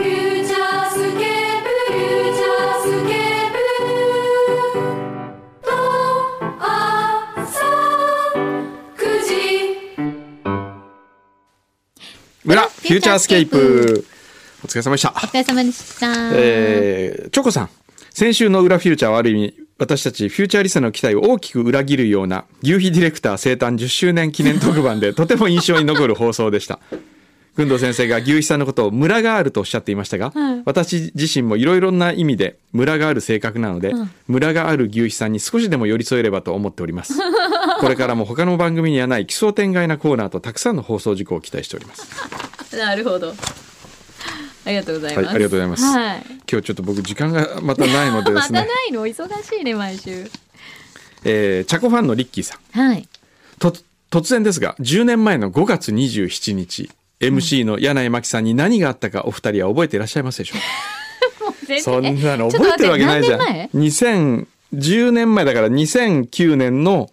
フューチャースケープフューチャースケープと朝9時村フューチャースケープお疲れ様でした、お疲れ様でした。えー、チョコさん先週の裏フューチャーはある意味私たちフューチャーリスナーの期待を大きく裏切るような牛皮ディレクター生誕10周年記念特番 でとても印象に残る放送でした群藤先生が牛皮さんのことをムラがあるとおっしゃっていましたが、はい私自身もいろいろな意味でムラがある性格なので、うんムラがある牛皮さんに少しでも寄り添えればと思っております これからも他の番組にはない奇想天外なコーナーとたくさんの放送事項を期待しておりますなるほど。ありがとうございます。はいありがとうございますはい今日ちょっと僕時間がまたないのでで ますたねないの忙しいね毎週。えーチャコファンのリッキーさんはい。と突然ですが10年前の5月27日 MC の柳井真紀さんに何があったかお二人は覚えていらっしゃいますでしょうかもう全そんなのちょ覚っとえ待てるわけないじゃん何年2010年前だから2009年の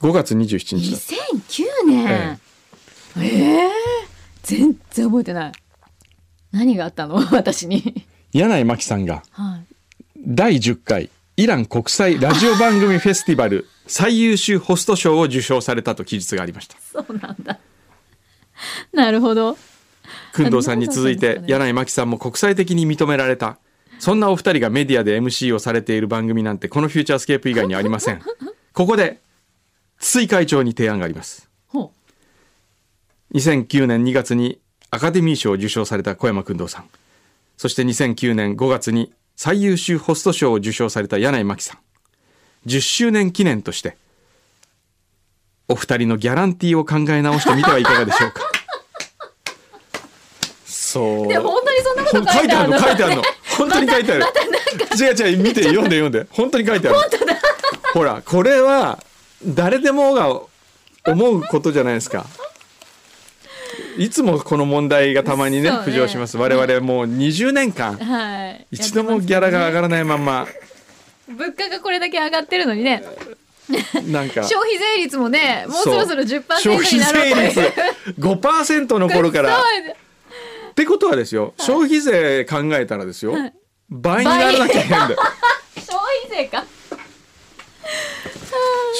5月27日だ2009年。ええ全然覚えてない。何があったの 私に。柳井真紀さんがはい。第10回イラン国際ラジオ番組フェスティバル最優秀ホスト賞を受賞されたと記述がありましたそうなんだ。なるほど。工藤さんに続いあてれ柳井真紀さんも国際的に認められたそんなお二人がメディアで MC をされている番組なんてこの「フューチャースケープ」以外にありませんここで筒井会長に提案がありますほ2009年2月にアカデミー賞を受賞された小山工藤さんそして2009年5月に最優秀ホスト賞を受賞された柳井真紀さん10周年記念としてお二人のギャランティーを考え直してみてはいかがでしょうかそうう。で本当に そほんなこんと書いてあるの。書いてあ るの書いてあるの本当に書いてある、違う違う見て読んで読んで本当に書いてあるほらこれは誰でもが思うことじゃないですかいつもこの問題がたまにねそうね浮上します我々もう20年間はい。一度もギャラが上がらないまんま物価がこれだけ上がってるのにね。なんか 消費税率もねもうそろそろ10%消費になろうと税いう率5%の 頃からってことはですよ消費税考えたらですよ倍にならなきゃいけないんだよ消費税か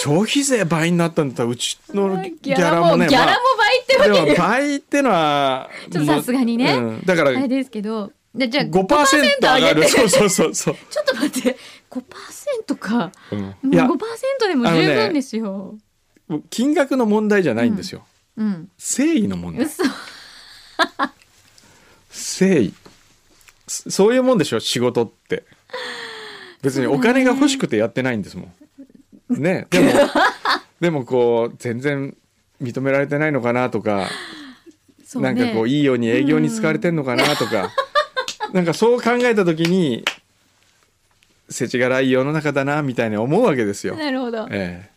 消費税倍になったんだったらうちのギギャャララももねギャラも倍ってまあわけでもで倍ってのはちょっとさすがにねうんだからあれ5%ですけどでじゃあ5%上が上げるてそうそうそうそう、 ちょっと待って5%かうんもういや5%でも十あのね分ですよ、金額の問題じゃないんですよ、うん誠意の問題嘘誠意そそういうもんでしょ仕事って別にお金が欲しくてやってないんですもんねでもでもこう全然認められてないのかなとかそうなねんかこういいように営業に使われてんのかなとか、 なんかそう考えた時に世知辛い世の中だなみたいに思うわけですよ。なるほどえ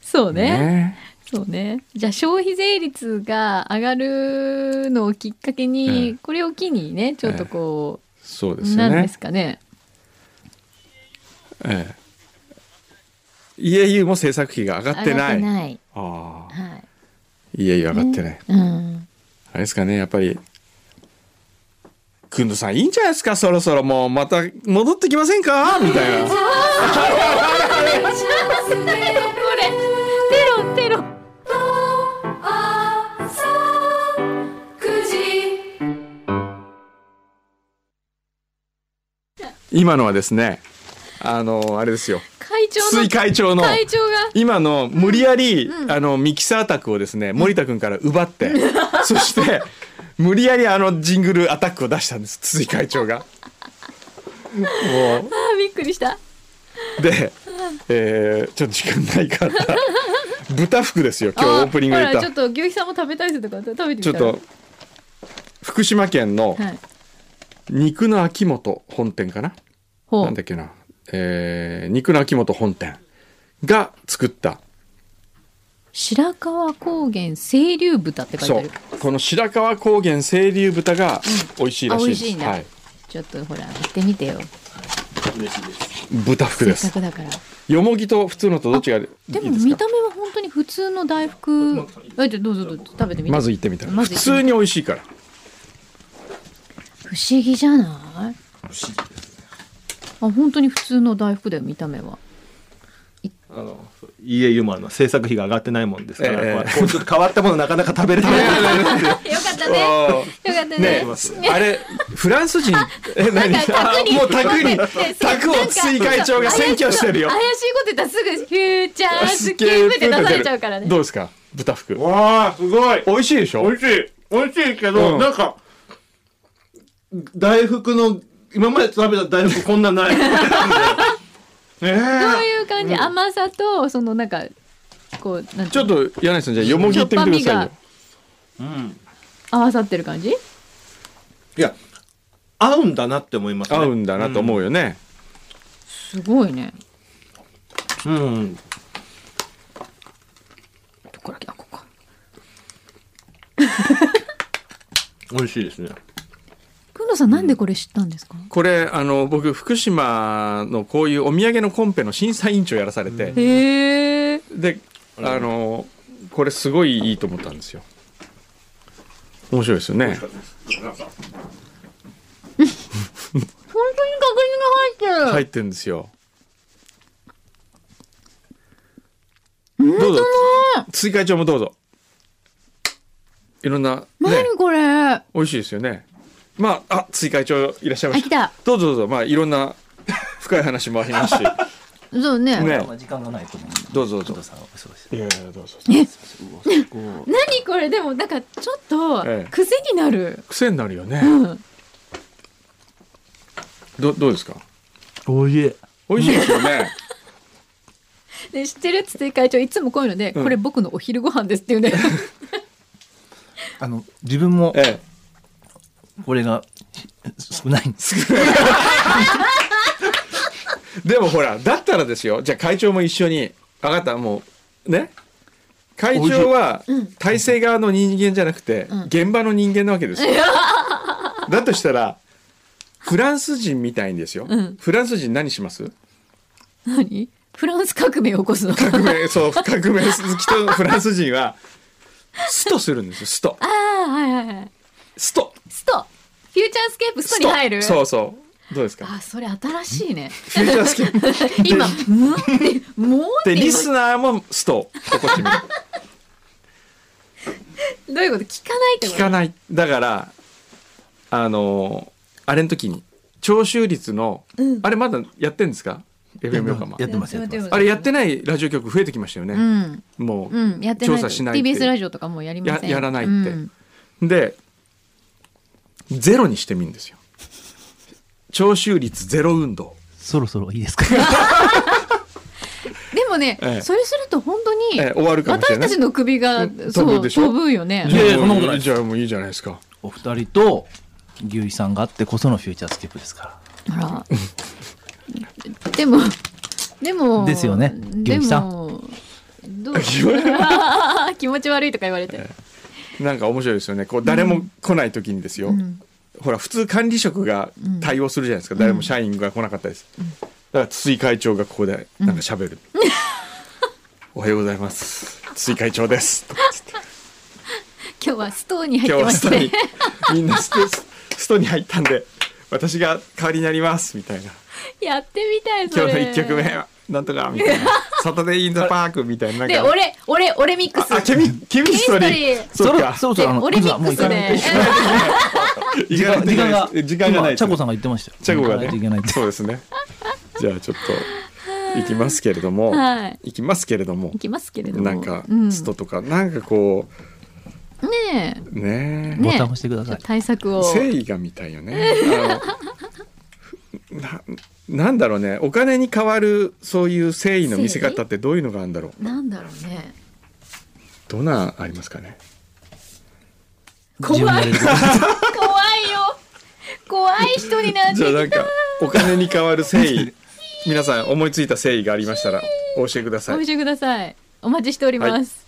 そうえねねそうねじゃあ消費税率が上がるのをきっかけに、ええこれを機にねちょっとこそうう、ですよなんねです。かねええ EAU も制作費が上がってない。ああ上がってないはい EAU 上がってない。うんあれですかねやっぱり。くんどさんいいんじゃないですかそろそろもうまた戻ってきませんかみたいな。これテロテロ朝9時今のはですねあのあれですよ会長筒井の会長の会長が今の無理やり、あのミキサー卓をですね森田君から奪 って、そして無理やりあのジングルアタックを出したんです筒井会長が。もあーびっくりしたうで、えーちょっと時間ないから豚服ですよ今日オープニングであほ言らちょっっと牛肥さんも食べたいですとか食べてたみちたょっらと。福福島県のはい。肉の秋元本店かな、ほなんうだっけな、えー肉の秋元本店が作った白川高原清流豚って書いそてあうる。この白川高原清流豚が美味しいらあ、しい美で味す、しいんだはい、。ちょっとほら、行ってみてよ。豚服せでっかすくだから。よもぎと普通のとどっちがいいでもです見かた目は本当に普通の大福。あ、じゃあどうぞどうぞ食べてみて。まず行ってみたら、ま普ず行ってみ通に美味しい から不思議じゃないあ本当に普通の大福だよ見た目はあの家湯もあの制作費が上がってないもんですから、ええこうこうちょっと変わったものなかなか食べれないよかったあよかったーねえあれフラン ス人え何なんか卓にもう卓に待って卓を筒井会長が占拠してるよ怪しいこと言ったらすぐフューチャースケープって出されちゃうからねどうですか豚服 わあすごい美味しいでしょ美味しい美味しいけど、うんなんか大福の今まで食べた大福こんな ないえどうえいう感じ甘さとそのなんかこうなんちょっと柳井さんじゃあよもぎいってみてくださいよ合わさってる感じいや合うんだなって思います、ね、合うんだなと思うよね、すごいねうんどこから来たここか美味しいですねくんのさんなんでこれ知ったんですかこれあの僕福島のこういうお土産のコンペの審査委員長やらされて、へえであのこれすごいいいと思ったんですよ面白いですよね本当に確認が入ってる入ってんですよどうぞ追加長もどうぞいろんなね何これ、美味しいですよねまああ追加長いらっしゃいまあし来たたどうぞどうぞまあいろんな 深い話もあります しねそうね時間がないと思うんでどうぞどうぞさんそうですいやいやどうぞ何これでもなんかちょっとええ癖になる、癖になるよね、うんどどうですかおいえ美味しいですよ ねで知ってるつって会長いつもこういうので、うんこれ僕のお昼ご飯ですっていう ねあの自分もええこれが少ないんですけでもほらだったらですよじゃあ会長も一緒に分かったもうね会長は体制側の人間じゃなくて、ん現場の人間なわけですよ、 だとしたらフランス人みたいんですよ、うんフランス人何します何フランス革命を起こす の革命そう革命好きとフランス人はストするんですよストああはいはいはいストストフューチャースケープストに入るそううそうどうですかあそれ新しいねフューチャースケープ 今「も」って「も」っでてリスナーもスト起こしてみるどういうこと聞かないってこ聞とかないだからあのーあれの時に聴取率の、うんあれまだやってんですか FM ど横浜やってますやってますあれやってないラジオ局増えてきましたようね、んもう、うんやってない調査しないって TBS ラジオとかもうやりませんややらないってうんでゼロにしてみるんですよ聴取率ゼロ運動そろそろいいですかでもね、ええそれすると本当に、ええ終わるかもしれ私なたいちの首が、んそ飛う飛ぶぶでしょよねいやいやそんなことないいじゃあもういいじゃないですかお二人と牛井さんがあってこそのフューチャースケープですか ほらでもでもですよねで元気さも どうあー気持ち悪いとか言われて、なんか面白いですよねこう誰も来ない時にですよ、うんほら普通管理職が対応するじゃないですか、誰も社員が来なかったです、だから筒井会長がここでなんか喋る、おはようございます筒井会長ですとかつって今日はストーンに入っ今て日はストましにてみんなストストに入ったんで私が代わりになりますみたいな やってみたいそれ今日の1曲目はなんとかみたいなサタデーインザパークみたいななんでか俺俺俺ミックスああケミケミストリーケミスそうろかそろそでろあの俺ミックスクズはもう行かないで時時間時間が時間がない今チャコさんが言ってましたよチャコが行かないねといけないってそうですねじゃあちょっと行きますけれども、はい行きますけれどもいきますけれどもなんかうんストとか、なんかこねえうねねボタン押してくだちょさっいと対策を誠意が見たいよねあのななんだろうねお金に代わるそういう誠意の見せ方ってどういうのがあるんだろうなんだろうねどんなんありますかね自分でやれること怖いよ怖い人になってじゃあなきんかお金に代わる誠意皆さん思いついた誠意がありましたらお教えくだたさごい教えくださいお待ちしております、